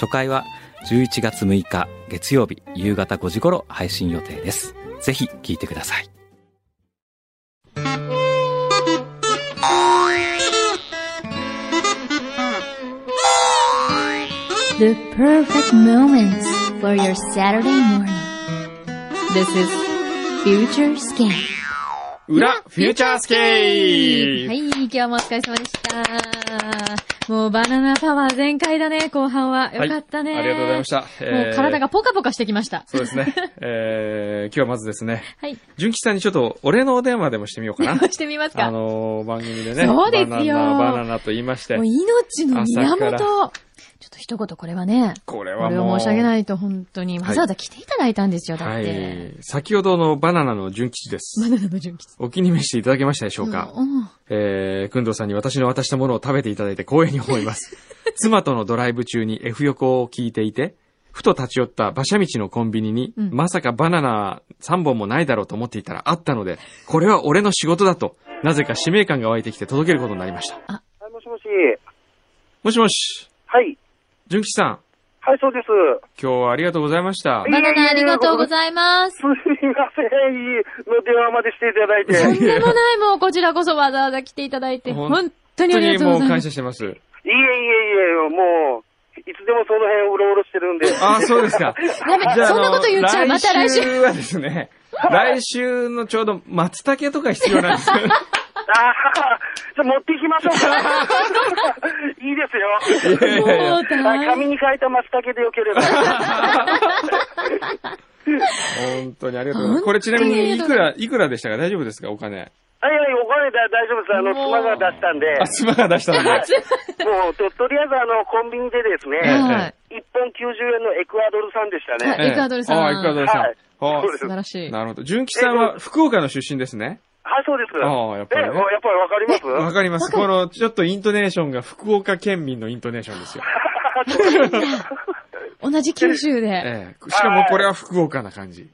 初回は11月6日月曜日夕方5時頃配信予定ですぜひ聞いてください The perfect moments for your Saturday morning. This is Future Scan. 裏フューチャースケーはい、今日もお疲れ様でした。もうバナナパワー全開だね、後半は。よかったね、ありがとうございました。もう体がポカポカしてきま した。そうですね。えー、今日はまずですね、はい、純吉さんにちょっとお礼のお電話でもしてみようか電 な。話してみますか。あものー、番組でね、そうですよバナナ、バナナと言いましてう、命の朝から源。ちょっと一言これはね、これこはれもう、。を申し訳ないいと本当に、はいわざわざ来ていただいたんですよ、だって。はい。先ほどのバナナの純吉ですバ。ナナの純吉お気に召していただけましたでしょうか、うんうんえー、くんどうさんに私の渡したものを食べていただいて光栄に思い ます。妻とのドライブ中に F 横を聞いていて、ふと立ち寄った馬車道のコンビニに、うんまさかバナナ3本もないだろうと思っていたらあったので、これは俺の仕事だと、なぜか使命感が湧いてきて届けることになりました。はい、もしもし。もしもし、はい。純吉さん、はい、そうです。今日はありがとうございました。バナナありがとうございます。すみません、いいの電話までしていただいて。とんいでもない、もうこちらこそわざわざ来ていただいて、ほん本当にあ本り当にがとうもごうざいま感す。謝してます。えいえいえ、もう、いつでもその辺うろうろしてるんで。ああ、そうですか。やべ、じゃあそんなこと言っちゃあう。のまた来週。週はですね、来週のちょうど松茸とか必要なんですよね。ああ、じゃあ持っていきましょうか。いいですよ。いやいやもうあ大紙に書いた松茸でよければ。本当にありがとうございます。これちなみにいくら、いくらでしたか大丈夫ですかお金。はいはい、お金だ大丈夫です。あの、もう妻が出したんで、あ、妻 が出したので。もう、ととりあえずあの、コンビニでですね、はい。 1本90円のエクアドル産でしたはいね。ええエクアドルさんああ、エクアドルさん。はいああそうです素晴らしい。なるほど。純吉さんは福岡の出身ですね。はい、そうです。ああやっぱりねえやっぱりわかりますわかります。この、ちょっとイントネーションが福岡県民のイントネーションですよ。同じ九州で。ええ。しかもこれは福岡な感じ。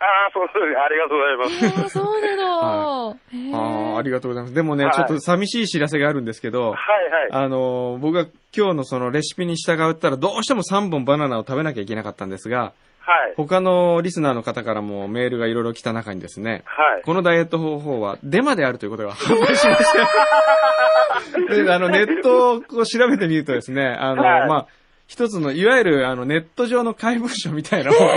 ああ、そうですね。ありがとうございます。えー、そうなの。へーああ、ありがとうございます。でもねは、いちょっと寂しい知らせがあるんですけど、はいはい。あのー、僕が今日のそのレシピに従ったら、どうしても3本バナナを食べなきゃいけなかったんですが、はい。他のリスナーの方からもメールがいろいろ来た中にですね、はい。このダイエット方法はデマであるということ が判明しました。で、あの、ネットをこう調べてみるとですね、あの、はいまあ、一つの、いわゆる、あの、ネット上の怪文書みたいなも の。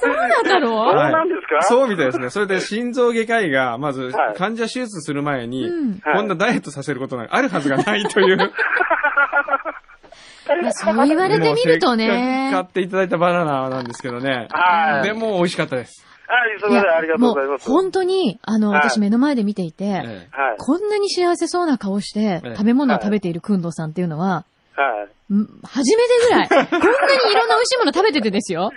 そうだろそううなんですかそうみたいですね。それで、心臓外科医が、まずは、い患者手術する前に、うんはいこんなダイエットさせることなんかあるはずがないという。まあそう言われてみるとね。もうせっかく買っていただいたバナナなんですけどね。はい。でも、美味しかったです。はい、すみません。ありがとうございます。もう本当に、あの、はい私目の前で見ていて、ええはい。こんなに幸せそうな顔して、ええ食べ物を食べているくんどさんっていうのは、はい。ん初めてぐ らい。こんなにいろんな美味しいもの食べててですよ。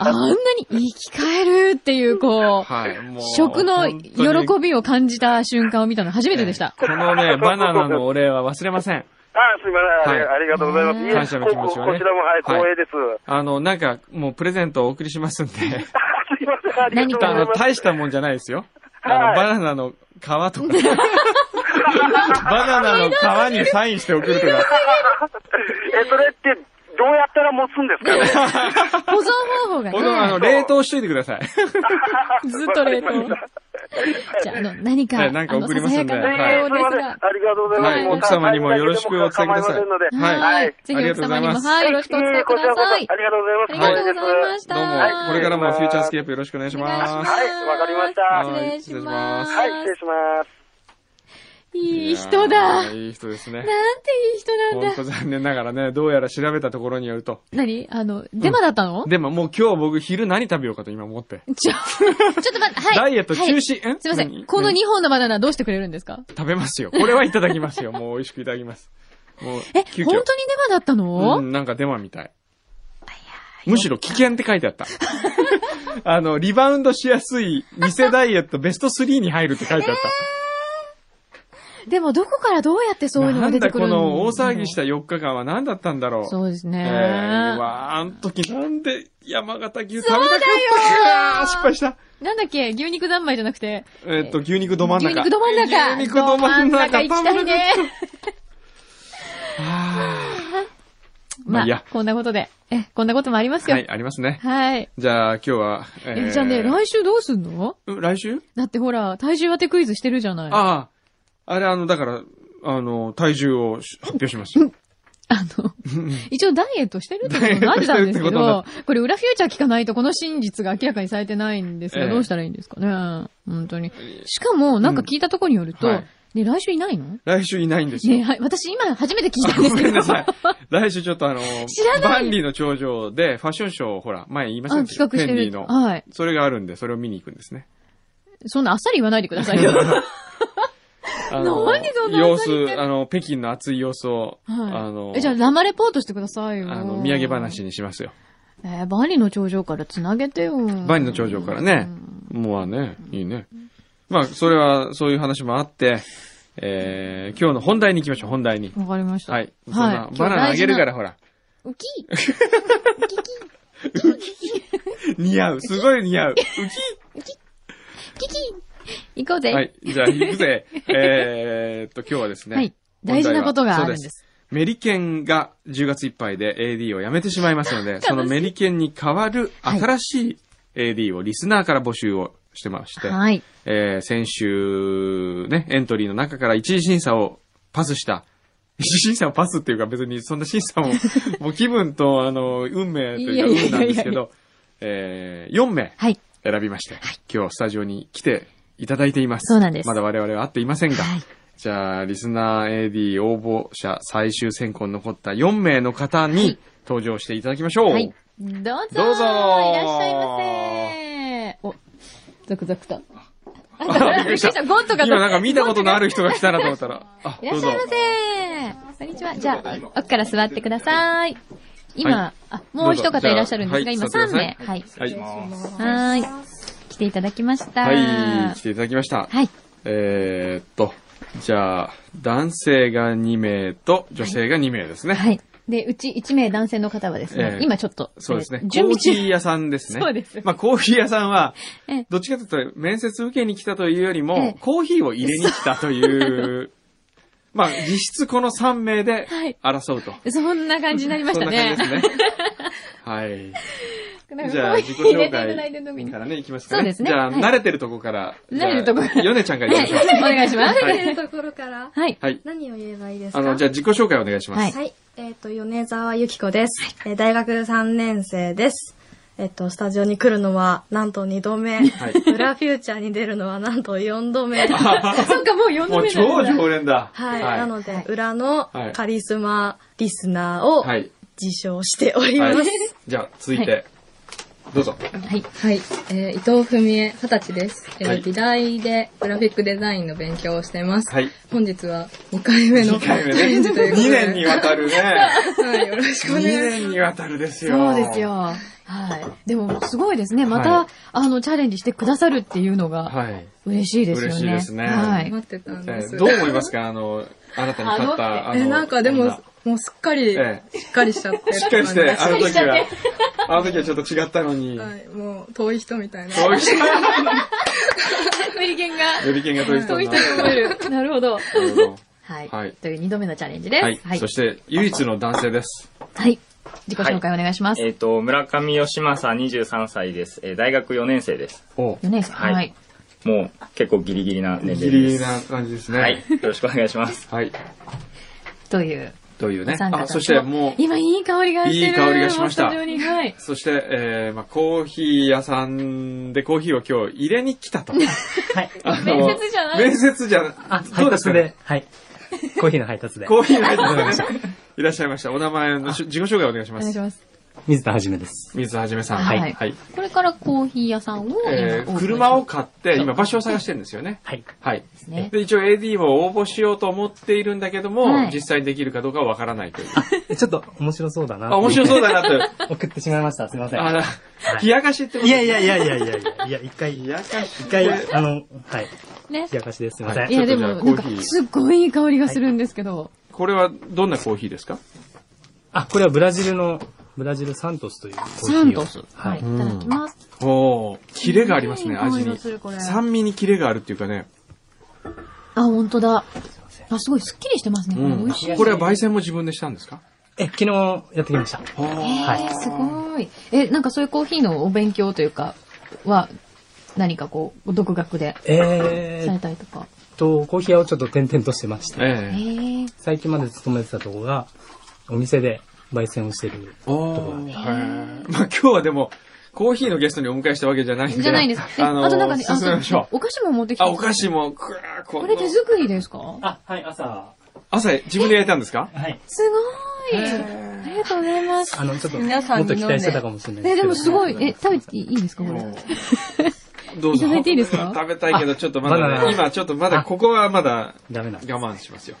あんなに生き返るっていう、こう、はい。もう食の喜本当にびを感じた瞬間を見たの初めてでした。このね、バナナのお礼は忘れません。あ、すみません。ありはいありがとうございます。いえ感謝の気持ちはねここちらも、はい、光栄です。あの、なんか、もうプレゼントをお送りしますん で、あすみません。ありがとあうごの、ざいます。大したもんじゃないですよ。あの、はいバナナの皮とか、 バナナの皮にサインして送るとか、 え、それって、どうやったら持つんですかね保存方法が僕はあねの、冷凍しといてく ださい。ずっと冷凍。じゃあ、あの、何か、ええなんかあの送りますんでささえやかなー情す報みまですせん。あが、りがとうございます。はいもう奥様にもよろしくお伝えください構いませんのでははいはいぜひ奥様にも、はい、よろしくお伝えくださはいい。こちらこそありあがりとうございます。がとうございました。どうも、これからもフューチャースケープよろしくお願いしお願いしま。ますす。はいわかりましたはい失礼します。はい、失礼します。いい人だ。いやーいい人ですね。なんていい人な本んだ。当残念ながらね、どうやら調べたところによると。何あの、デマだったの、でももう今日僕昼何食べようかと今思って。ちょ、 ちょっと待って、はい。ダイエット中はい止、えすいません。この2本のバナナどうしてくれるんですか食べますよ。これはいただきますよ。もう美味しくいただきます。もう、え、急本当に遽デマだったの、うん、なんかデマみたい。むしろ危険って書いて あった。あの、リバウンドしやすい店ダイエットベスト3に入るって書いてあった。でも、どこからどうやってそういうのながん出てだくこるの大騒ぎしたた4日間は何だったんだろう。そうですね。えー、わあ、あの時なんで山形牛食べたかっそうだよたか失敗した。なんだっけ牛肉三昧じゃなくて。えーっと、牛肉ど真ん中。牛肉ど真ん中。牛肉どど真ん中。真ん中行きたい ね。はままあいいやあ、こんなことで。え、こんなこともありますあよは。い、ありますね。はい。じゃあ今日は、ええ、じゃあね、来週どうすんのうん来週だってほら、体重当てクイズしてるじゃない。あああ、あれあの、だから、あの、体重をし発表しました。の、一応ダイエットしてるってことになってたんですけダイエットど、これ裏フューチャー聞かないとこの真実が明らかにされてないんですえが、えどうしたらいいんですかね。本当に。しかも、なんか聞いたところによると、うんはいね、来週いないの来週いないんですよ。ね、はい、私今初めて聞いあたんですごめけんどな。さい。来週ちょっとあの知ら、なバいンリーの頂上でファッションショーをほら、前言いましたあっ企け画してヘンリる。ーの。はい。それがあるんで、それを見に行くんですね。そんなあっさり言わないでください よ。あの何そんな様朝日子、あの、北京の暑い様子を、あはのい。え、じゃあ、生レポートしてくださいよ。あの、土産話。にしますよ。えー万里の頂上から繋げてよ。万里の頂上からね。もうね、いいね。まあ、それは、そういう話もあって、えー、今日の本題に行きましょう、本題に。わかりました。はい。そんなはいバナナあげるから、ほら。 ウキ似合う。すごい似合う。キキ行こうぜ。ははいい。じゃあ、行 くぜ。えーっと、今日はですね。大事なことがあるんそうで。ですメリケンが10月いっぱいで AD を辞めてしまいます ので、そのメリケンに代わる新しい AD をリスナーから募集をしてまして、はい。えー先週ね、エントリーの中から一次審査をパスした。 一次審査をパスっていうか別にそんな審 査も、もう気分とあの、運命というか運なんいやいやですけいやいやど、えー4名はい。選びまして、今日スタジオに来ていただいています。そうなんですまだ我々は会っていませんが、はいじゃあ、リスナー AD 応募者最終選考に残った4名の方に登場していただきましょう。はい。どうぞどうぞいらっしゃいませお、ザクザクと。あ、 びっくりしたゴンとか今なんか見たことのある人が来たらと思っ たら、あ、いらどっしうぞゃい。ませこんにちは。じゃあ、奥から座ってください。は今、あ、もうど一うぞ方いらっしゃるんですが、じゃあ今はい3名。はい。はい。はーい。来ていただきました。はい、来ていただきました。はい。えーっと、じゃあ、男性が2名と女性が2名ですね。はい。で、うち1名男性の方はですねえ、え今ちょっと、そうですね。えコー準備ーヒー中。屋さんですね。そうですまあ、コーヒー屋さんはええ、どっちかというと、面接受けに来たというよりえもえ、コーヒーを入れに来たという、 まあ、実質この3名ではい争うと。そんな感じになりましそんたな感ねじ。ですね。 はい。なんかじゃあ、コー自己ヒー入れて紹いただいてる時介にからね、いきますかね。そうですねじゃあ、はい慣れてるとこから。慣れるとこからじゃあヨネちゃんからいきましょう。お願いします。はいところからはい。はい。何を言えばいいですかあの、じゃあ、自己紹介お願いします。 ははい。えっ、と、米沢由紀子です。えー大学3年生です。えっ、と、スタジオに来るのは、なんと2度目。い裏フューチャーに出るのは、なんと4度目。はい。そうか、もう4も度う目な超んだ。常連だ。なので、裏のはいカリスマリスナーをはい。自称しておりまはいす。。じゃあ、続いて、どうぞ。はい。はい、えー、伊藤文江、二十歳です。えーはい美大でグラフィックデザインの勉強をしてます。はい。本日は2回目の2回目チャレンね。ジということ2で。年にわたるね。はい、よろしくお2願いし年にわたるですよ。そうですよ。はい。でも、すごいですね。まはいた、あの、チャレンジしてくださるっていうのが、はい。嬉しいですよね。嬉しいですねは ます。い。待ってたんえです。ーどう思いますかあの、あなたに勝っあた、あえの、ーなんかでも女、もうすっかり、えしっかりしちゃって。しっかりして、あしのっかりし時ちゃっはて、あの時はちょっと違ったのに、はい、もう遠い人みたいな。ど うしたアメリケンが、予備券が取りそうい付うい人にた思える。なるほど。の。はい。はいという2度目のチャレンジです。はいそして、唯一の男性です。はい。自己紹介お願いします。えっ、と、村上義正23歳です。えー大学4年生です。お4年生。はいはい。もう結構ギリギリな年ギ齢リでギリす。な感じですね。はい。よろしくお願いします。はい。という。というねお。三方あ、そしてもう、今いい香りがしてる。いい香りがしましたスタジオにはい。そして、えー、まあ、コーヒー屋さんでコーヒーを今日入れに来た と。はい。あの面接じゃない面接じゃな、あ、ど配うです達かねで。はい。コーヒーの配達で。 コーヒーの配達でねいらっしゃいました。お名前のし自己紹介お願いしおま願いしす。ます。水田はじめです。水田はじめさん。はいはい。これからコーヒー屋さんを今、えー車を買って、今場所を探してるんですよね。はい。はい。ですね。で、一応 AD を応募しようと思っているんだけども、はい実際できるかどうかはわからない という。えちょっと面白そうだな。あ、面白そうだなと。送ってしまいました。すいません。あら、冷やかしってこといやいやいやいやいやいや、いや、一回、冷やかし。一回、あの、はい、ね冷。やかしです。すいません。はいや、でも、ちょなっとじゃんあかコーヒー、すっごいいい香りがするんですけど。これはどんなコーヒーですかあ、これはブラジルの、ブラジルサントスというコーヒーを。サントス。は。はいいい。ただきます。おー、キレがありますね、いい香味りにがするこれ。酸味にキレがあるっていうかね。あ、本当だ。あ、すごいスッキリしてますね。こうれ美ん味しい。。これは焙煎も自分でしたんですかえ、昨日やってきました。ははいえー、すごい。え、なんかそういうコーヒーのお勉強というか、は、何かこう、独学でえさーれったりとか。と、コーヒー屋をちょっと転々としてまして、えええ。ー、最近まで勤めてたとこが、お店で焙煎をしてる。おー、はい。まあ今日はでも、コーヒーのゲストにお迎えしたわけじゃないんで。じゃないです。であのーとなんかね、あ進めましょう。お菓子も持ってきて。あ、お菓子も、くわーここのれ手作りですかあ、はい、朝。朝、自分で焼いたんですかはい。すごい。ありがとうございます。あの、ちょっと、も皆さんっにと飲ん期で待してたかもしれないですえ、けど。でもすごい。え、食べていいですかこれ。どういぞ。ただいていいですか食べたいけど、ちょっとまだまだね、だ今ちょっとまだ、ここはまだダメ我なんです。慢しますよ。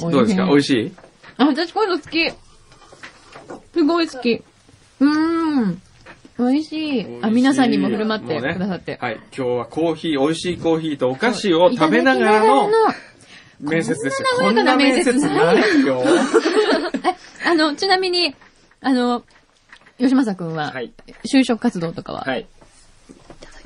どうですか美味い。しいあ、私こういうの好き。すごい好き。うーん。美味しい。あ、皆さんにも振る舞ってもうねくださって。はい。今日はコーヒー、美味しいコーヒーとお菓子を食べながらの面接ですよ。こんな和やかな面接ないよ。あの、ちなみに、あの、吉正くんはは、い。就職活動とかは、はい。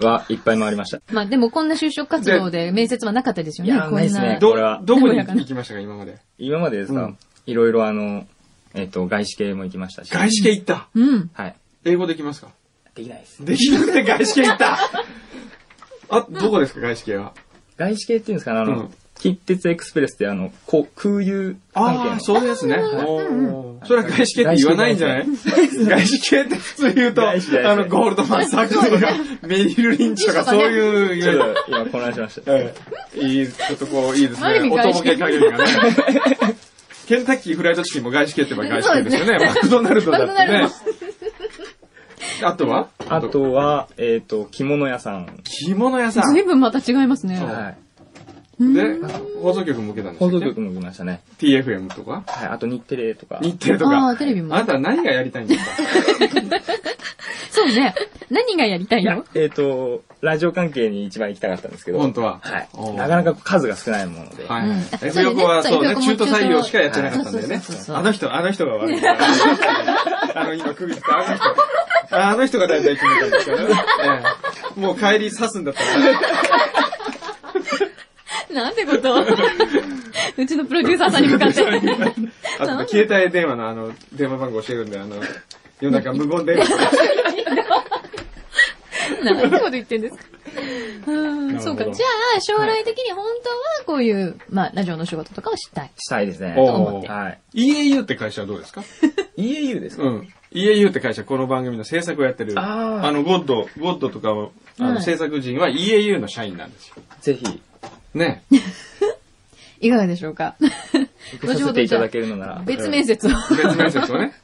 は、いっぱい回りました。まあでもこんな就職活動で面接はなかったですよね。いやこんないですねこれどは、どこに行きましたか、今まで。今までですうかんいろいろあの、えっと、外資系も行きましたし。外資系行った。うん。はい。英語できますかできないです。できなくて外資系行ったあ、どこですか、外資系は。外資系っていうんですかね、あうのん、近鉄エクスプレスってあの、こう空輸関係あのあ、そういうやつね。おーそれは外資系って言わないんじゃない外資系って普通言うと、外資系あの、ゴールドマンサックスとか、メリルリンチとかそういうち言ょうっ。と今混乱しま した。ええいい、ちょっとこう、いいですある意ね。味お外とぼ資系け加減がね。 ケンタッキーフライドチキンも外資系って言えば外資系ですよね。マクドナルドだってねマ。あとはあ、とは、えっと、着物屋さん。着物屋さん。随で、分また違いますね。はい。放送局も受けたんです放よ送ね局。も行きましたね。 TFM とか、はい。あと日テレとか。日テレとあか。あ、テレビあも。なたは何がやりたいんですかそうね。何がやりたいいやの、えっ、と、ラジオ関係に一番行きたかったんですけど。本当は。はいお。ーなかなか数が少ないもので。はういんはい。あ F 横は、そうそうねね、 F 横中も途採用しかやってなかったんだよねそうそうそう。そうあの人、あの人が悪い。あの、今、首振ったあの人。あの人が大体決めたんですからね。ええもう帰り刺すんだったら。なんて ことをうちのプロデューサーさんに向かって。あとね、携帯電話のあの、電話番号教えるんで、あの、夜中無言電話。 なんてこと言ってんですか。 うん、るほどそうか。じゃあ、将来的に本当はこういう、まあ、ラジオの仕事とかをしたい。したいですね。おーはい。 EAU って会社はどうですか EAU ですか、うん。EAU って会社、この番組の制作をやってる。あーあの、ゴッド、ゴッドとかを、あはの、い制作人は EAU の社員なんですよ。ぜひ、ね。いかがでしょうか。受けさせていただ けるのなら。別面接を。別面接を ね。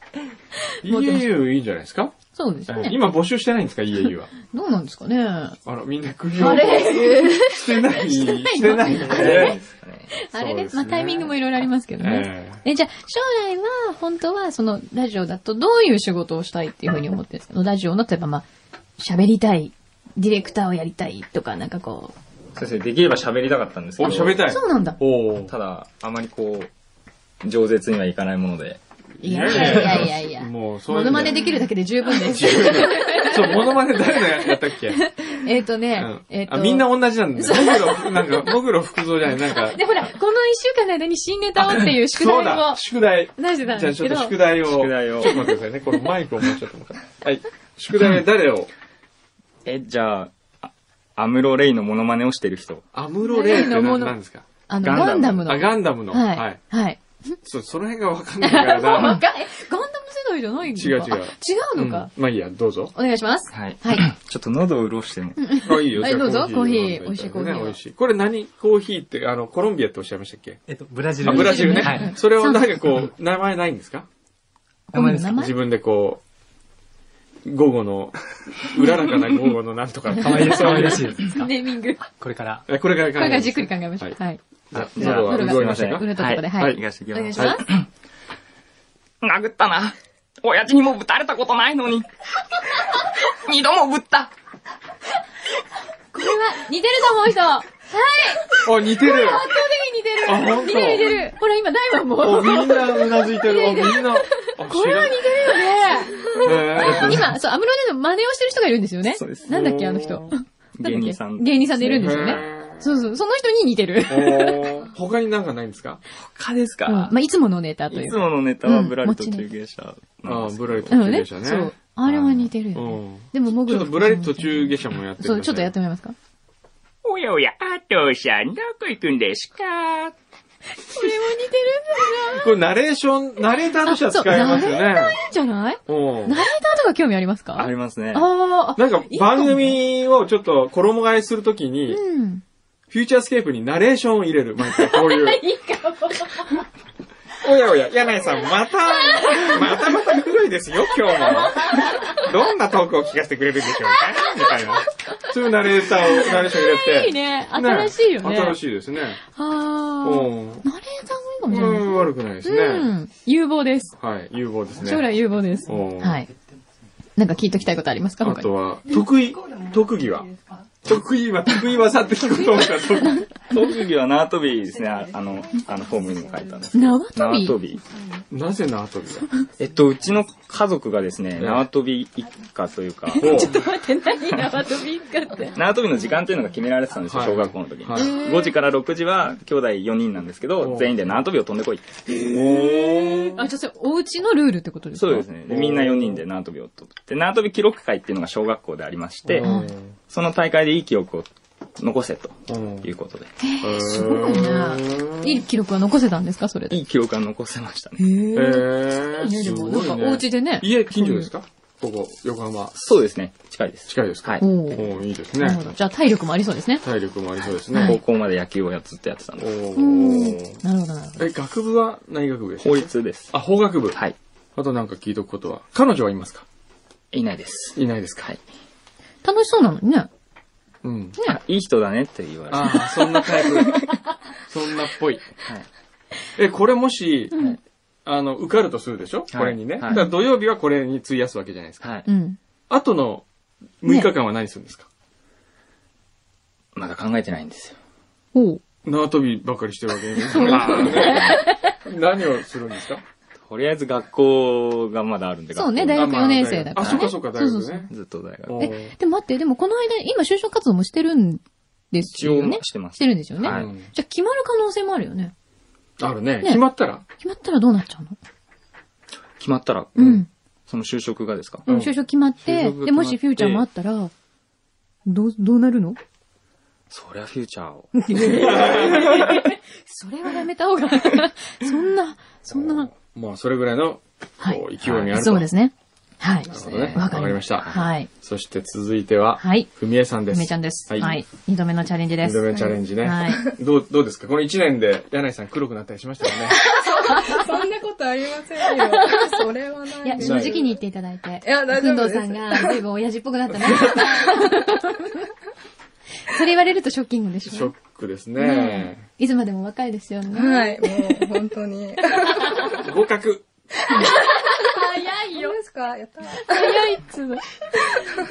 持ってました EAU いいんじゃないですかそうですね。今募集してないんですか ?EAU は。どうなんですかね。あら、みんな首を。あれしてない。してないね。あれそうで。ですすまねあ、タイミングもいろいろありますけどね。えじゃあ、将来は、本当は、その、ラジオだとどういう仕事をしたいっていうふうに思ってるんですかラジオの、例えば、まあ、喋りたい、ディレクターをやりたいとか、なんかこう。そうですね。できれば喋りたかったんですけお、ど。喋りたい。そうなんだ。おーただ、あまりこう、饒舌にはいかないもので。いやいやいやいやいや。もう、そういモうノのマネできるだけで十分です。 そう、モノマネ誰のやったっけ えっとねうん、えっと。あ、みんな同じなんだね。もぐろ、 なんか、もぐろ福蔵じゃない、なんか。で、ほら、この一週間の間に新ネタをっていう宿題そうだを、宿題。出してたんじでゃあすちょけっとど、宿題を。宿題をちょっと待ってくださいね。これマイクをもうちょっと向かってはい。宿題は誰をえ、じゃあ、あアムロレイのモノマネをしてる人。アムロレイって誰のも何のなんですかあの、ガンダガンダムムの。あ、ガンダムの。ははいい。。はい。そう、その辺がわかんないから あガンな。えガンダム世代じゃないんですか違う違うあ違うのか。うんまあいいや、どうぞ。お願いします。はい。はい。 ちょっと喉を潤しても。あ、いいよ。はいじゃあどうぞをコーヒー美味しいコーヒーねを美味しい。これ何コーヒーって、あの、コロンビアっておっしゃいましたっけえっと、ブラジあ、ル。ブラジルね。はい。それをなんかこう、名前ないんですかゴミの名前自分でこう、午後の、うららかな午後のなんと か。 可愛らしい可愛らしいですかネーミング。ここれから。えこれから考えますれからじっくり考えましょう。はい。じゃあ、じゃあ喉は喉が動いませんうかるところで、はい。行かしてきおます願いします。殴ったな。親父にもぶたれたことな いのに。二度もぶった。これは、似てると思う人。はいあ、似てる圧倒的に似てる。あ本当似てる似てる。ほら、今、大門も。おみんなうなずいてる。おみんな。これは似てるよね。る今、そう、アムロネの真似をしてる人がいるんですよね。そうですなんだっけ、あの人。 なんだっけ芸人さん芸人さんでいるんですよね。そうそう、その人に似てる。他になんかないんですか他で すうんまか、あ、いつものネタといいうつか。ものネタはブラリと中継車なんあであ、すぶらり途うん中ね。下車そねう。。あれは似てるよね。うんでも、もぐちょっろとぶらり途中下車もやってそう、ちょっとやってもらえますかおやおや、あとさん、どこ行くんですかこれも似てこれナレーション、ナレーターとしては使えますよね。るんじゃないうんナレーターとか興味ありますかありますね。あーあ。なんかいいも番組をちょっと衣替えするときに、うん。フューチャースケープにナレーションを入れる。毎回こ ういう。いいかも。おやおや、柳井さん、また、またまた古いですよ、今日も。どんなトークを聞かせてくれるんでしょうかみたいな。そういうナレーターを、ナレーション入れて。いいね。新しいよね。新い。しいですね。ああ。ナレーターもいうん。いかもしうれないん、悪くないでですすね。うね。ん。有望です。はい、有望ですね。将来有望です。うんはい。なんか聞いときたいことありますかあ他にと。は、得意、特技は得意は、得意技って聞くと思ったら得意特技は縄跳びで すね。ああの、あの、フォームにも書いたんですけど。縄跳び縄跳び。なぜ縄跳びだえっと、うちの家族がですね、え縄跳び一家とい うか、おう待って、 何縄跳びか って。縄跳びの時間っていうのが決められてたんですよ、はい小学校の時に。はい5時から6時は兄弟4人なんですけおど、全員で縄跳びを飛んでこいって。あ、じゃあそれ、お家のルールってことですかそうですね。でみんな4人で縄跳びを飛って、縄跳び記録会っていうのが小学校でありまして、その大会でいい記録を残せとうんいうことで、すごいね。いい記録は残せたんですかそれで。いい記録は残せましたね。へえーー、ね、ですも、なごんいかねお家でね。家近所ですかここ、横浜。そうですね。近いです。近いですかはい。おおー。おいいですねな。るほど。じゃあ体力もありそうですね。体力もありそうです高ね。校まで野球をやっずっとやってたんおで。ーなるほど、なるほど。え、学部は何学部でした法律です。あ、法学部。はい。あとなんか聞いとくことは。彼女はいますかいないです。いないですかはい。楽しそうなのにね。うん。あいい人だねって言われて。ああ、そんなタイプ。そんなっぽい。え、これもし、あの、受かるとするでしょこれにね。はいだから土曜日はこれに費やすわけじゃないですか。はい。うん。あとの6日間は何するんですかまだ考えてないんですよ。おう。縄跳びばかりしてるわけですね。 何をするんですかとりあえず学校がまだあるんで。そうね、学大あ校学まあ4年生だから、ね。あ、そっかそっか、大そうそ学うそうね。ずっと大学。おーえ、でも待って、でもこの間、今就職活動もしてるんです一よ応ね。してますしてるんですよね。はいじゃあ決まる可能性もあるよね。あるね。ね決まったら決まったらどうなっちゃうの決まったら、うん。その就職がですかうん、就職決まっ就職て、が決まってで、もしフューチャーもあったら、どう、どうなるのそりゃフューチャーを。それはやめた方が、 そんな、そんな、まあ、それぐらいの、はいこう、勢いにあると。そうですね。はい。なるほどね。わわかかりりままし。したた。はい。そして続いては、はいふみえさんです。梅ちゃんです。はい。はい。二度目のチャレンジで二す。度目チャレンジね。 はい。どう、どうですかこの一年で、柳井さん黒くなったりしまし たよね。そんなことありませんよ。それはないいや、です正直に言っていただいて。いや大丈夫です工藤さんが、随分親父っぽくなったね。 それ言われるとショッキングでしショょッ。クですね。いつまでも若いですよね。 はい、もう本当に。合格。早いどうですかやった早いっつう の。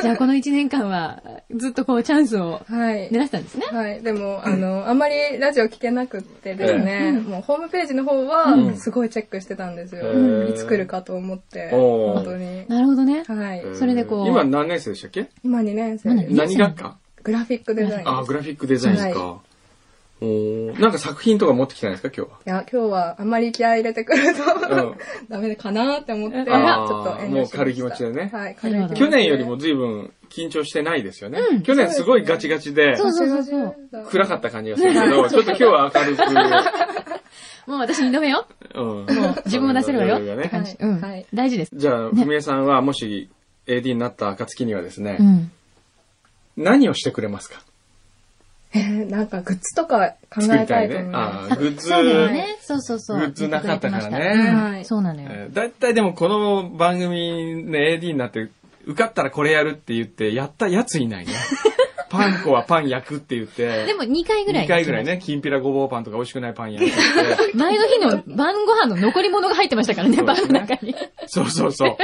じゃあこの一年間は、ずっとこうチャンスをはい。狙ってたんですね。はい。でも、あの、あんまりラジオ聞けなくってですね、もうホームページの方うは、んすごいチェックしてたんですよ。うんいつ来るかと思って、おー本当に。なるほどね。はい。 それでこう今何年生でしたっけ今2年生まだです。何学科グラフィックデザイン。いあ、グラフィックデザインですか。おーなんか作品とか持ってきたんですか今日は。や、今日はあんまり気合い入れてくると、うん ダメかなって思って、ちょっとあー遠慮しましたもう軽い気持ちでねはい、軽い気持ちで去年よりも随分緊張してないですよね。去年すごいガチガチで、そうそうそうそう。暗かった感じがするけ ど、ちょっと今日は明るもう私二度目よ。く、うん。もう自分を出せるわよ。そういうっのてがね感じ。はういはんい。大事です。じゃあ、ふみえさんはもし AD になった暁にはですね、うん。何をしてくれますかええーなんかグッズとか考えたいと思います。あグッズそうだよね。そうそうそう。グッズなかったからね言てくれてましたはいそうなのよ。だいたいでもこの番組の AD になって、受かったらこれやるって言って、やったやつい ないね。パン粉はパン焼くって言って。でも2回ぐらい。 2回ぐらい。ね、きんぴらごぼうパンとか美味しくないパン焼いてって。前の日の晩ご飯の残り物が入ってましたからね、晩の中に。そうそうそう。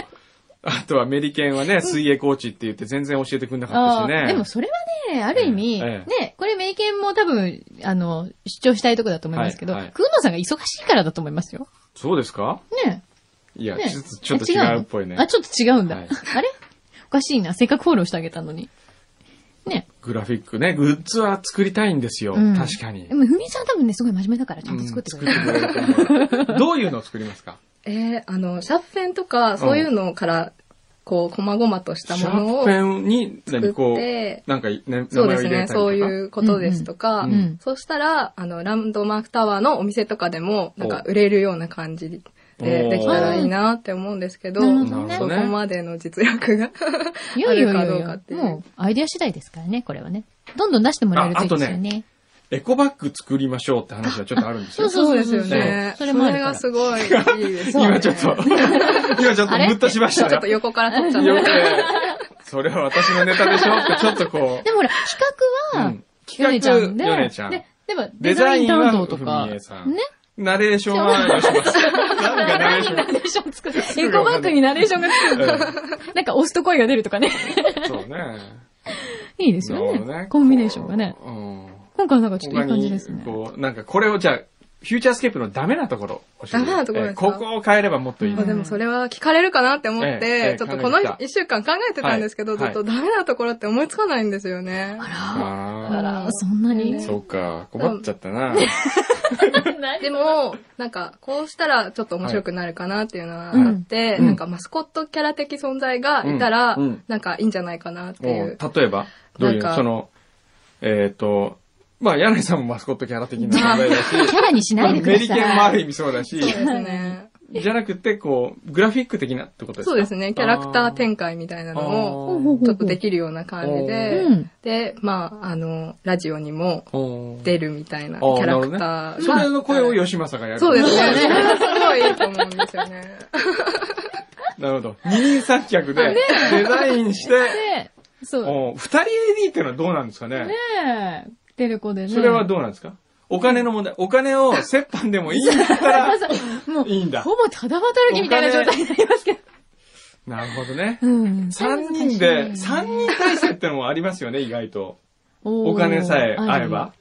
あとはメリケンはね、水泳コーチって言って全然教えてくれなかあったしね。ーでもそれはね、ある意味、えね、これ名犬も多分、あの、主張したいとこだと思いますけど、は久いは野いさんが忙しいからだと思いますよ。そうですかね。いや、ねちょっと、ちょっと違うっぽいね。あ、ちょっと違うんだ。はいあれおかしいな。せっかくフォローしてあげたのに。グラフィックね、グッズは作りたいんですよ。うん確かにで。も、ふみさんは多分ね、すごい真面目だから、ちゃんと作ってくれる。どういうのを作りますかえーあの、シャープペンとか、そういうのから、こう、細々としたシャものーをプペンに、作何っこてう、なんか、ね、名前そうをで入すれたりね。とか。そういうことですとか、うんうんうんそうしたら、あの、ランドマークタワーのお店とかでも、なんか売れるような感じでおーできたらいいなって思うんですけど、なるほどねそこまでの実力がいあやいやるいかやどいうかっやていもうう。、アイデア次第ですからね、これはね。どんどん出してもらえるといいですよああとね。エコバッグ作りましょうって話はちょっとあるんですよ。そうですよね。そそれれもあるからがすごいいいです ね。今ちょっ と、今ちょっとムッとしましちたょっよと。横から撮っち ゃっよた。くそれは私のネタでしょって、ちょっとこう。でもほら、企画は、ヨネちゃんで、ヨネちゃんで、でもデデザザイインン担は当とか、ふみねえさん。ナレーションはそう します。なんかナレーションナレーション作る。エコバッグにナレーションがつくのなんか押すと声が出ると かね。そうね。いいですよなるほどねね。コンビネーションがね。うん。今回はなんかちょっとい他い感じですに、ね。こう、なんかこれをじゃあ、フューチャースケープのダメなところ教えてダメなところですかえーここを変えればもっといい。そうでもそれは聞かれるかなって思っええええて、ちょっとこの考えてた一週間考えてたんですけはど、いずっとダメなところって思いつかないんですよね。あだからあ、そんなにー。そうか、困っちゃったな。でも、なんか、こうしたらちょっと面白くなるかなっていうのははいあって、うんなんかマスコットキャラ的存在がいたら、うんうんなんかいいんじゃないかなっていもうう。例えば、どういうなんの、かその、えっと、まあ、柳井さんもマスコットキャラ的な存在だし、キャラにしまなあいでくメだリさケンもあるい。意味そうだしそう、です ね。じゃなくて、こう、グラフィック的なってことですかそうですね。キャラクター展開みたいなのを、をちょっとできるような感じで、うん。で、まあ、あの、ラジオにも出るみたいなキあーャラクタなーが。るほどねそれの声を吉正がやる。そうですね。それはすごいいいと思うんです よね。なるほど。二人三脚でデザイン して、で、そう。お二人 AD っていうのはどうなんですかねねえ、テレコでね。それはどうなんですかお金の問題。お金を折半で もいいんだったら、 もう、いいんだほ。ぼただ働きみたいな状態になりますけど。なるほどね。うん。三人 で、三人体制ってのもありますよね、意外と。お金さえあれば。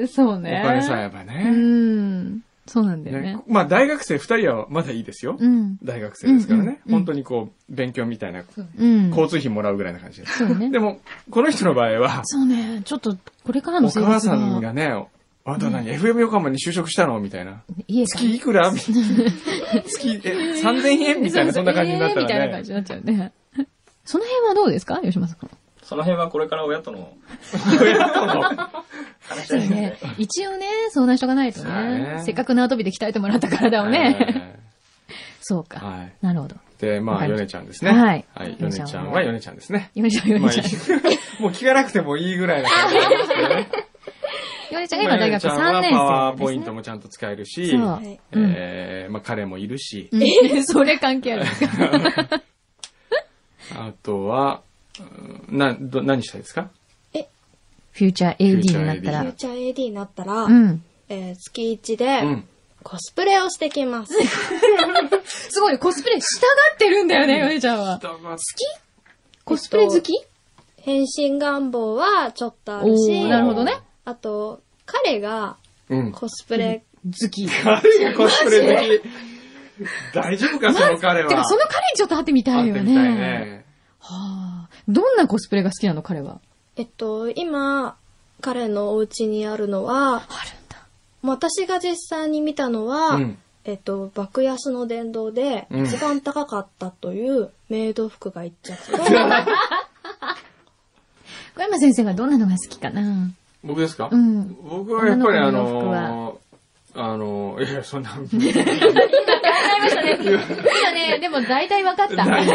ば。そうおね。金さえあればうね。ん。そうなんだよねね。まあ、大学生二人はまだいいですよう。ん。大学生ですからね。うんうん本当にこう、勉強みたいな、うん。交通費もらうぐらいな感じです。そうね。でも、この人の場合は、そうね。ちょっと、これからおの生母活さが。んがね、あんた何、FM 横浜に就職したのみたいな。家が月いくらみたい な月、え、3000円みたいな、そんな感じになったえーみたいなら感ね。じになっちゃうね。その辺はどうですか吉松君。 その辺はこれから親との親との話そうですね。ね。一応ね、相談しとかないとそうだねね。せっかく縄跳びで鍛えてもらった体をね。そうか。はい。なるほど。で、まわかあ、りヨましたネちゃんですね。はいはヨい。ヨネネちちゃんはゃんはヨネちゃんですね。よねちゃん、よまねあ、ちい ゃん。いもう聞かなくてもいいぐらいな感じなんですけどね。よねちゃんが今大学まあヨ3ネ年ちゃんはパワ生ーでポすインねトもちゃんと使えるし、そうはいうんえー、まあ、彼もいるし、うん。 それ関係あるんですかあとは、うんな、ど、何したいですかフューチャー AD になっフューたチャー AD にフュらー。チャー AD になったら、うん。えー月1でうん。コスプレをしてき ます。すごい、コスプレ従ってるんだよね、ヨネちゃんは。人がコスプレ好き変身願望はちょっとあおるー、し、なるほどね。あと、彼がうん。コスプレ、好き。て彼がコスプレ的。大丈夫か、その彼は。か、その彼にちょっと会ってみたいよ会ってみたいね。ね。はあ。どんなコスプレが好きなの、彼は。えっと、今、彼のお家にあるのは、あるんだ。私が実際に見たのは、うんえっと、爆安の殿堂でうん一番高かったというメイド服が一着と、小山先生はどんなのが好きかな僕ですかうん。僕はやっぱりあ女の子の洋服はのー、あのー、いやいや、そんな、わかりましたね。いやね、でも大体わかった。 大体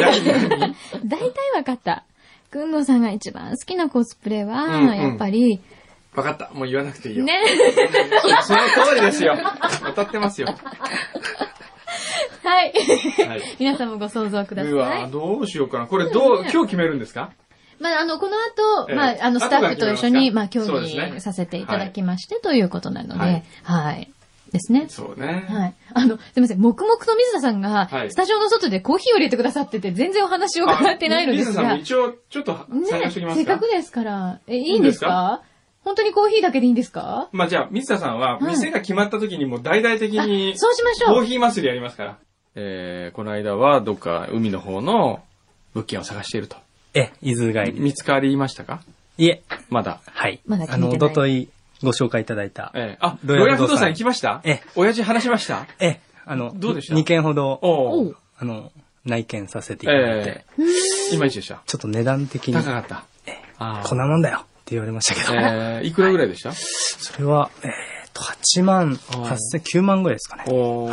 わかった。くんのさんが一番好きなコスプレは、うんうんやっぱり、わかった。もう言わなくていいよ。ねその通りですよ。当たってますよ。はい。 い。皆さんもご想像くださいうわどうしようかな。これどう、今日決めるんですかまあ、あの、この後、ええまあ、あの、スタッフと一緒に、まあ、後協が決まりますかそうです議ねさせていただきまして、ということなので、ははいい、ですね。そうね。はい。あの、すみません、黙々と水田さんがは、いスタジオの外でコーヒーを入れてくださってて、全然お話を伺ってないのですが、あリーさんも一応、ちょっと参加しておきますか。せっかくですから、え、いいんですいいか本当にコーヒーだけでいいんですかまあじゃあ、水田さんは、うん店が決まった時にもう大々的に、そうしましょうコーヒー祭りやりますから。えー、この間は、どっか海の方の物件を探していると。え、伊豆帰り。見つかりましたかいえ、まだ。はい。まだ聞いてあないの、おとといご紹介いただいた。えー、あ、どロうイやらヤル不動産不動産行きましたえ、親父話しましたえ、あの、どうでした ?2 件ほおどう、あの、内見させていただいてえ、ー、いまいちでした。ちょっと値段的高に、かった。あーこんなもんだよって言われましたけど、えー、いくらぐらいでした、それは、えっと、8万、8千、9万ぐらいですかね。お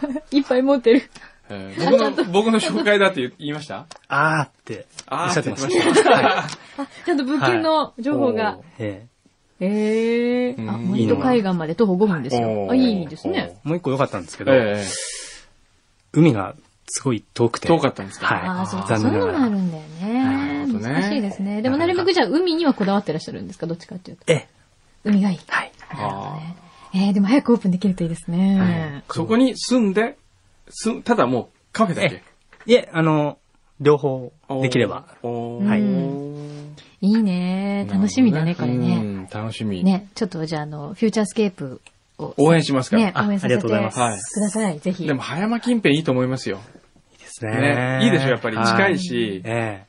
ー、いっぱい持ってる。えー僕の、僕の紹介だって言言いましたあーって、おあーっしゃってまって言っしてた。ましはいちゃんと物件の情報が。 えええうんあ、森戸海岸まで徒歩5分ですよ。あ、いいですね。ーもう一個良かったんですけど、え海がすごい遠くー、て。遠かったんですかはい。ああ、そうか、そう残い念うのもあながらる。んだよね。なるほどね難しいですね。でもなるべくじゃあ海にはこだわってらっしゃるんですかどっちかっていうと。ええ、海がいい。はい。あーえー、でも早くオープンできるといいですね。そこに住んで、すんただもうカフェだけえ。いえ、あの、両方できれば。おはー。いうんいいね。楽しみだね、これ。うね。ん楽しみ。ね、ちょっとじゃあ、あの、フューチャースケープを。応援しますからね、応援さああせてりがとくうございだますはいさい。ぜひ。でも、葉山近辺いいと思いますよ。ですねね。いいでしょ、やっぱり。近い。し、え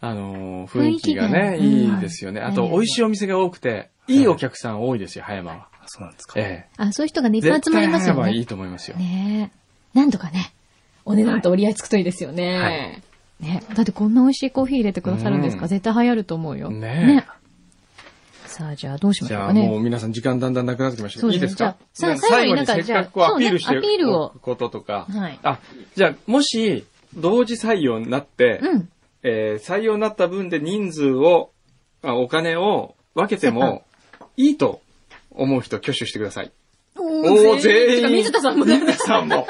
あのー、雰囲気がね、雰囲気いがいですよね。うんあと、美味しいお店が多くて、いいお客さん多いですよ、葉山はえ。。そうなんですか。えあ、そういう人がね、いえ。っぱい集絶まり対ます葉よ山いねい。と思いますよ。ねえ。なんとかね、お値段と折り合いつくといいですよはね。ねだってこんな美味しいコーヒー入れてくださるんですかうん絶対流行ると思うよ。ねえさあ、じゃあどうしましじょうゃかあ、もね。う皆さん時間だんだんなくなってきましたけそうど。でいいすねですかじゃあさ最後に最後せになっんかかくこうアじピゃあールしそうねアピーてルをおくこととか。はいあ、じゃあ、もし、同時採用になって、うん。えー採用になった分で人数を、あお金を分けてもいいと思う人挙手してください。おおー全員てか水田さんもね皆さ んも。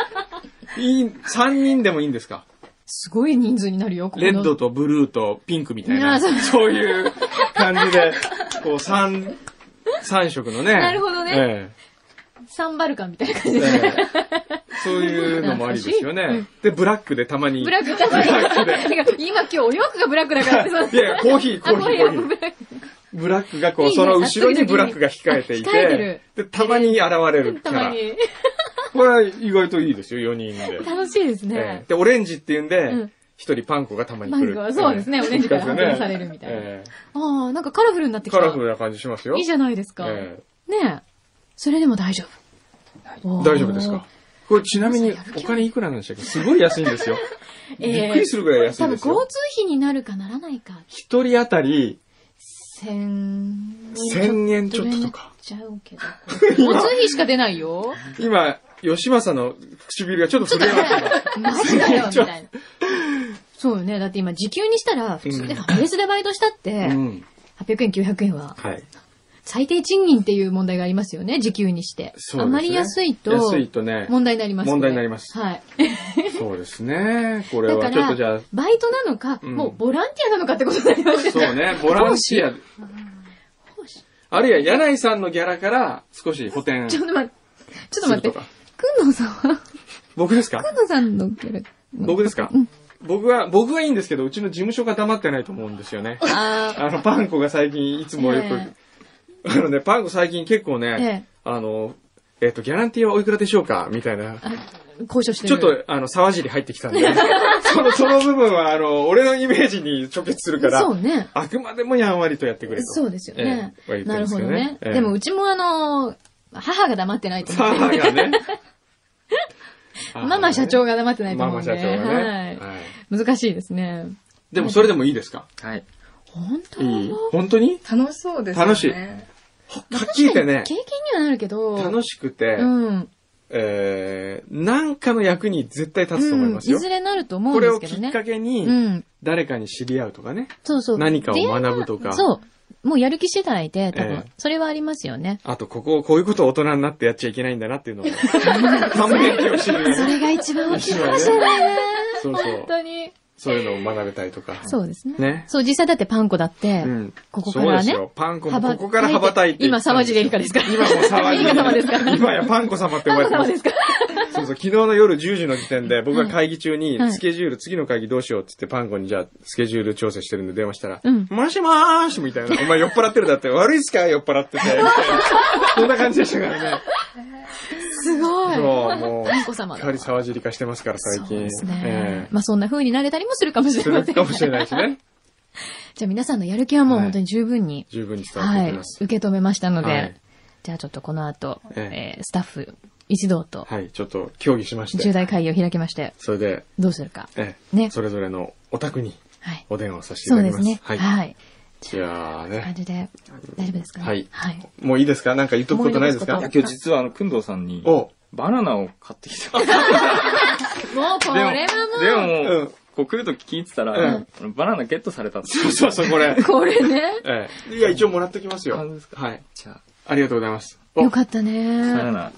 いい、3人でもいいんですかすごい人数になるよ、ここのレッドとブルーとピンクみたいいやな、そうそういう感じで、こう3、三色のね。 なるほどねええサンバルカンみたいな感じで。ええそういうのもありですよね。で、ブラックでたまに。ブラック、たまに。なんか 今今日お洋服がブラックだからそういやいや、コーヒー、コあ、ーこうヒー、いコうーヒのーブ。ラック。ブラックがこ、いういねその後ろにブラックが控えてあい控えてるて、で、たまに現れるキたャまラ。に。これは意外といいですよ、4人で。楽しいですええね。で、オレンジっていうんうんで、一人パンコがたまに来る。パンコそうですねええオレンジからそう発で見すさねれるみたいなえああ、なんかカラフルになっえてきた。カラフルな感じしますよ。いいじゃないですか。えねえ。それでも大丈夫。えおー大丈夫ですかこれちなみにお金いくらなんでしたっけすごい安いんですよ。ええびっくりするぐらい安多い分です交よ。通費になるかならないか。一人当たり、千1000円ちょっととか。ちゃうけど。 交通費しか出ないよ。今、吉正の唇がちょっと震え ましマた。ジだよ、みたいな。そうよね。だって今、時給にしたら、普通で、うんファミレスでバイトしたって、うん。 800円、900円は、はい。最低賃金っていう問題がありますよね、時給にして。そうですねあまり安いと、安いとね問題になりますよね問題になりますはい。そうですね。これだはかちょっとじゃらあ、、バイトなのか、うんもうボランティアなのかってことになりますよね。そう ね、ボランティア。あるいは、柳井さんのギャラから少し補填ちすょっとる待って、ちょっと待とってか。。くんのさんは、僕ですかくんのさんのキャラ。僕ですか僕は、僕はいいんですけど、うちの事務所が黙ってないと思うんですよね。あ あの、パンコが最近いつもよえく、あのね、パンコ最近結構あ、ね、えあの、えっと、ギャランティーはおいくらでしょうかみたいな。え、交渉してちょる。っと、あの、沢尻入ってきたんで、その、その部分は、あの、俺のイメージに直結するから、そうね。あくまでもやんわりとやってくれと。そうですよね。ええなは言るってますほけどね。ええでもうちもあの、母が黙ってないと思って。母がね。 ママ社長がが黙ってないとマ思うマん社で。長がね。ははいい。難しいですね。でもそれでもいいですかはい。本当いい本当に楽しそうですよね。楽しいはっきり言ってね経、験にはなるけど。楽しくてう、ん。えーなんかの役に絶対立つと思いますうんよいず。れなると思うこんでれすをけきどっね。かけうに、ん。誰かに知り合うとかね。そうそう。何かを学ぶと出会いがか。そう。もうやる気次第で、多分、ええそれはありますよね。あと、ここ、こういうことを大人になってやっちゃいけないんだなっていうのを、たまにを知るよねそれが一番大きいかもしれないね。そうそう本当に。そういうのを学べたりとか。そうですね。ねそう、実際だってパン粉だって、うんここからねそうですよ。パン粉もここから羽ばたいて今、沢尻エリカですから。今も騒いエリカ様ですから。今やパン粉様って呼ばれてます。そうそう、昨日の夜10時の時点で、僕が会議中には、いスケジュール、次の会議どうしようって言って、パン粉にじゃあ、スケジュール調整してるんで電話したら、うんもしもーしみたい な。お前酔っ払ってるだって、悪いっすか酔っ払ってて。みたいなそんな感じでしたからね。すごい。そう、もう、パン粉様しっだかり沢尻化してますから、最近。そうですね。ええまあそんな風になれたりもするかもしすれませるん。かもしれないしね。じゃあ皆さんのやる気はもう本当に十分に、十分に伝わっはてい、きます。受け止めましたので、はいじゃあちょっとこの後、ええースタッフ一同とはい、ちょっと協議しまし重て。大会議を開きまして、それで、どうするか。ええねそれぞれのお宅にはい。お電話をさせていそたうだできすます。ね。はい。はい。はい、じゃあ感ね。じで、大丈夫ですかね。はいはい。もういいですかなんか言っとくことないですかもういい今日実はあの、くんどうさんに、おバナナを買ってきた。 もうこれはもう、でも、でもうんこう来るとき聞いてたら、バナナゲットされたって。そうそうそう、これ。これね。ええ。いや、一応もらってきますよ。あそうですはい。じゃありがとうございます。およかったあ、バナね。ナ、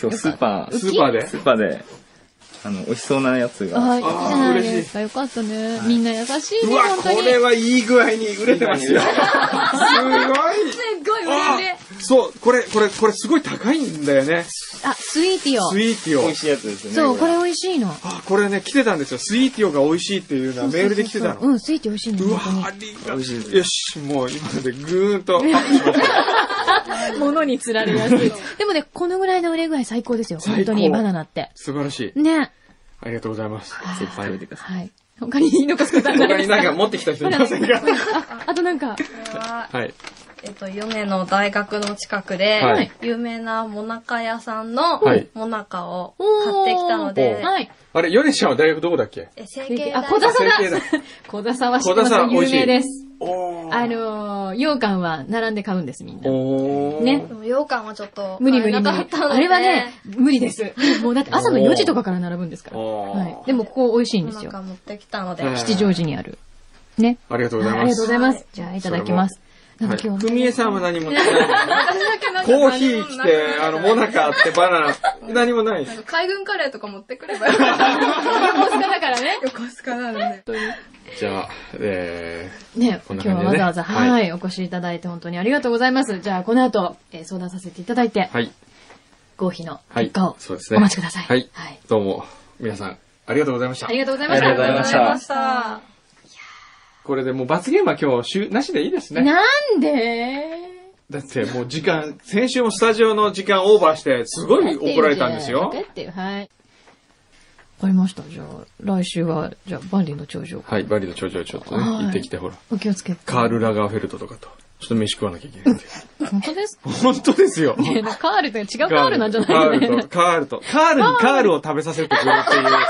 今日スーパー、スーパーで。スーパーで、あの、美味しそうなやつが、あ、いいあーじゃないですか。よかったね。みんな優しいうね、わ、本当こに。れはいい具合に売れてますよ。すすごいごいあ嬉しい。そう、これ、これ、これすごい高いんだよね。スあ、スイーティオ。イーティ美オ味。しいやつですよね。そう、これ美味しいの。あ、これね、来てたんですよ。スイーティオが美味しいっていうのはメールで来てたの。うん、スイーティオ美味しいの。うわ本当にありがとう。よし、もう今のでぐーんとアップしました。物につられやすい。 でもね、このぐらいの売れ具合最高ですよ。本当に最高バナナって。 素晴らしい。ね。ありがとうございます。ぜひ食べてください。はい。他に言い残すことはない他でにすかなんか持ってきた人いませんかあ、あとなんか、ははい。えっと、米の大学の近くで、はい有名なもなか屋さんのはいもなかを買ってきたので、はい。あれ、ヨネちゃんは大学どこだっけえ成形あ、大小田さんだ成形だ 小田さんは知ってます小田さん美味有しい名です。おあのー、羊羹は並んで買うんです、みんな。おー。ねで。も羊羹はちょっと無理無理無買え理な。かったのであれはね、無理です。もうだって朝の4時とかから並ぶんですから。おーはい。でもここ美味しいんもですなよ。か持ってきたので、うん吉祥寺にある。ね。ありがとうございあまりがとうごす。ざいます。じゃあ、いただきます。なんか今はい日ふみえさん は何もない。なんかコーヒー来て、あの、モナカあってバナナ、何もない。海軍カレーとか持ってくればよかった。 横須賀だからね。横須賀なんで。じゃあ、えね、こん今な日は感じわでねざわざ、はいはい、お越しいただいて本当にありがとうございます。じゃあ、この後、えー相談させていただいてー、、はい。合否のはい結果をそうですねお待ちください。はいどうも、皆さん、ありがとうございましたあ。りがとうございました。ありがとうございましたた。これでもう罰ゲームは今日、しゅなしでいいです ね。なんでだってもう時間、先週もスタジオの時間オーバーして、すごい 怒られたんですよだ。ってはい。わかりました。じゃあ、来週は、じゃあ、バンリーの頂上。はい、バリの頂上ちょっとね、はい行ってきて、ほら。お気をつけて。カール・ラガーフェルトとかと、ちょっと飯食わなきゃいけ ないんで。本当ですか本当ですよ。ねカールって違うカールなんじゃカないのール やってと、カールと、カールにカールを食べさせてくれるっていう企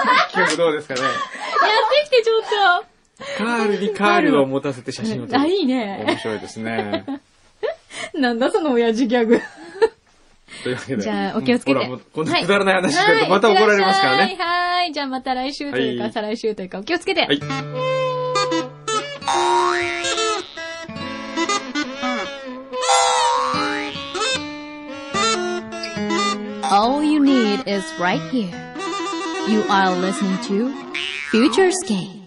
画どうですかね。きてちょっカールにカールを持たせて写真を撮と。あ、いる。い面ね。白いですね。 なんだその親父ギャグ。というわけで。じゃあ、お気をつけて。ほら、もうこんなくだらない話してるはといまた怒られますからはい、いね。ってらっしゃいはいじゃあまた来週というはか、い再来週というか、お気をつけて。はい All you need is right here. You are listening to Futurescape.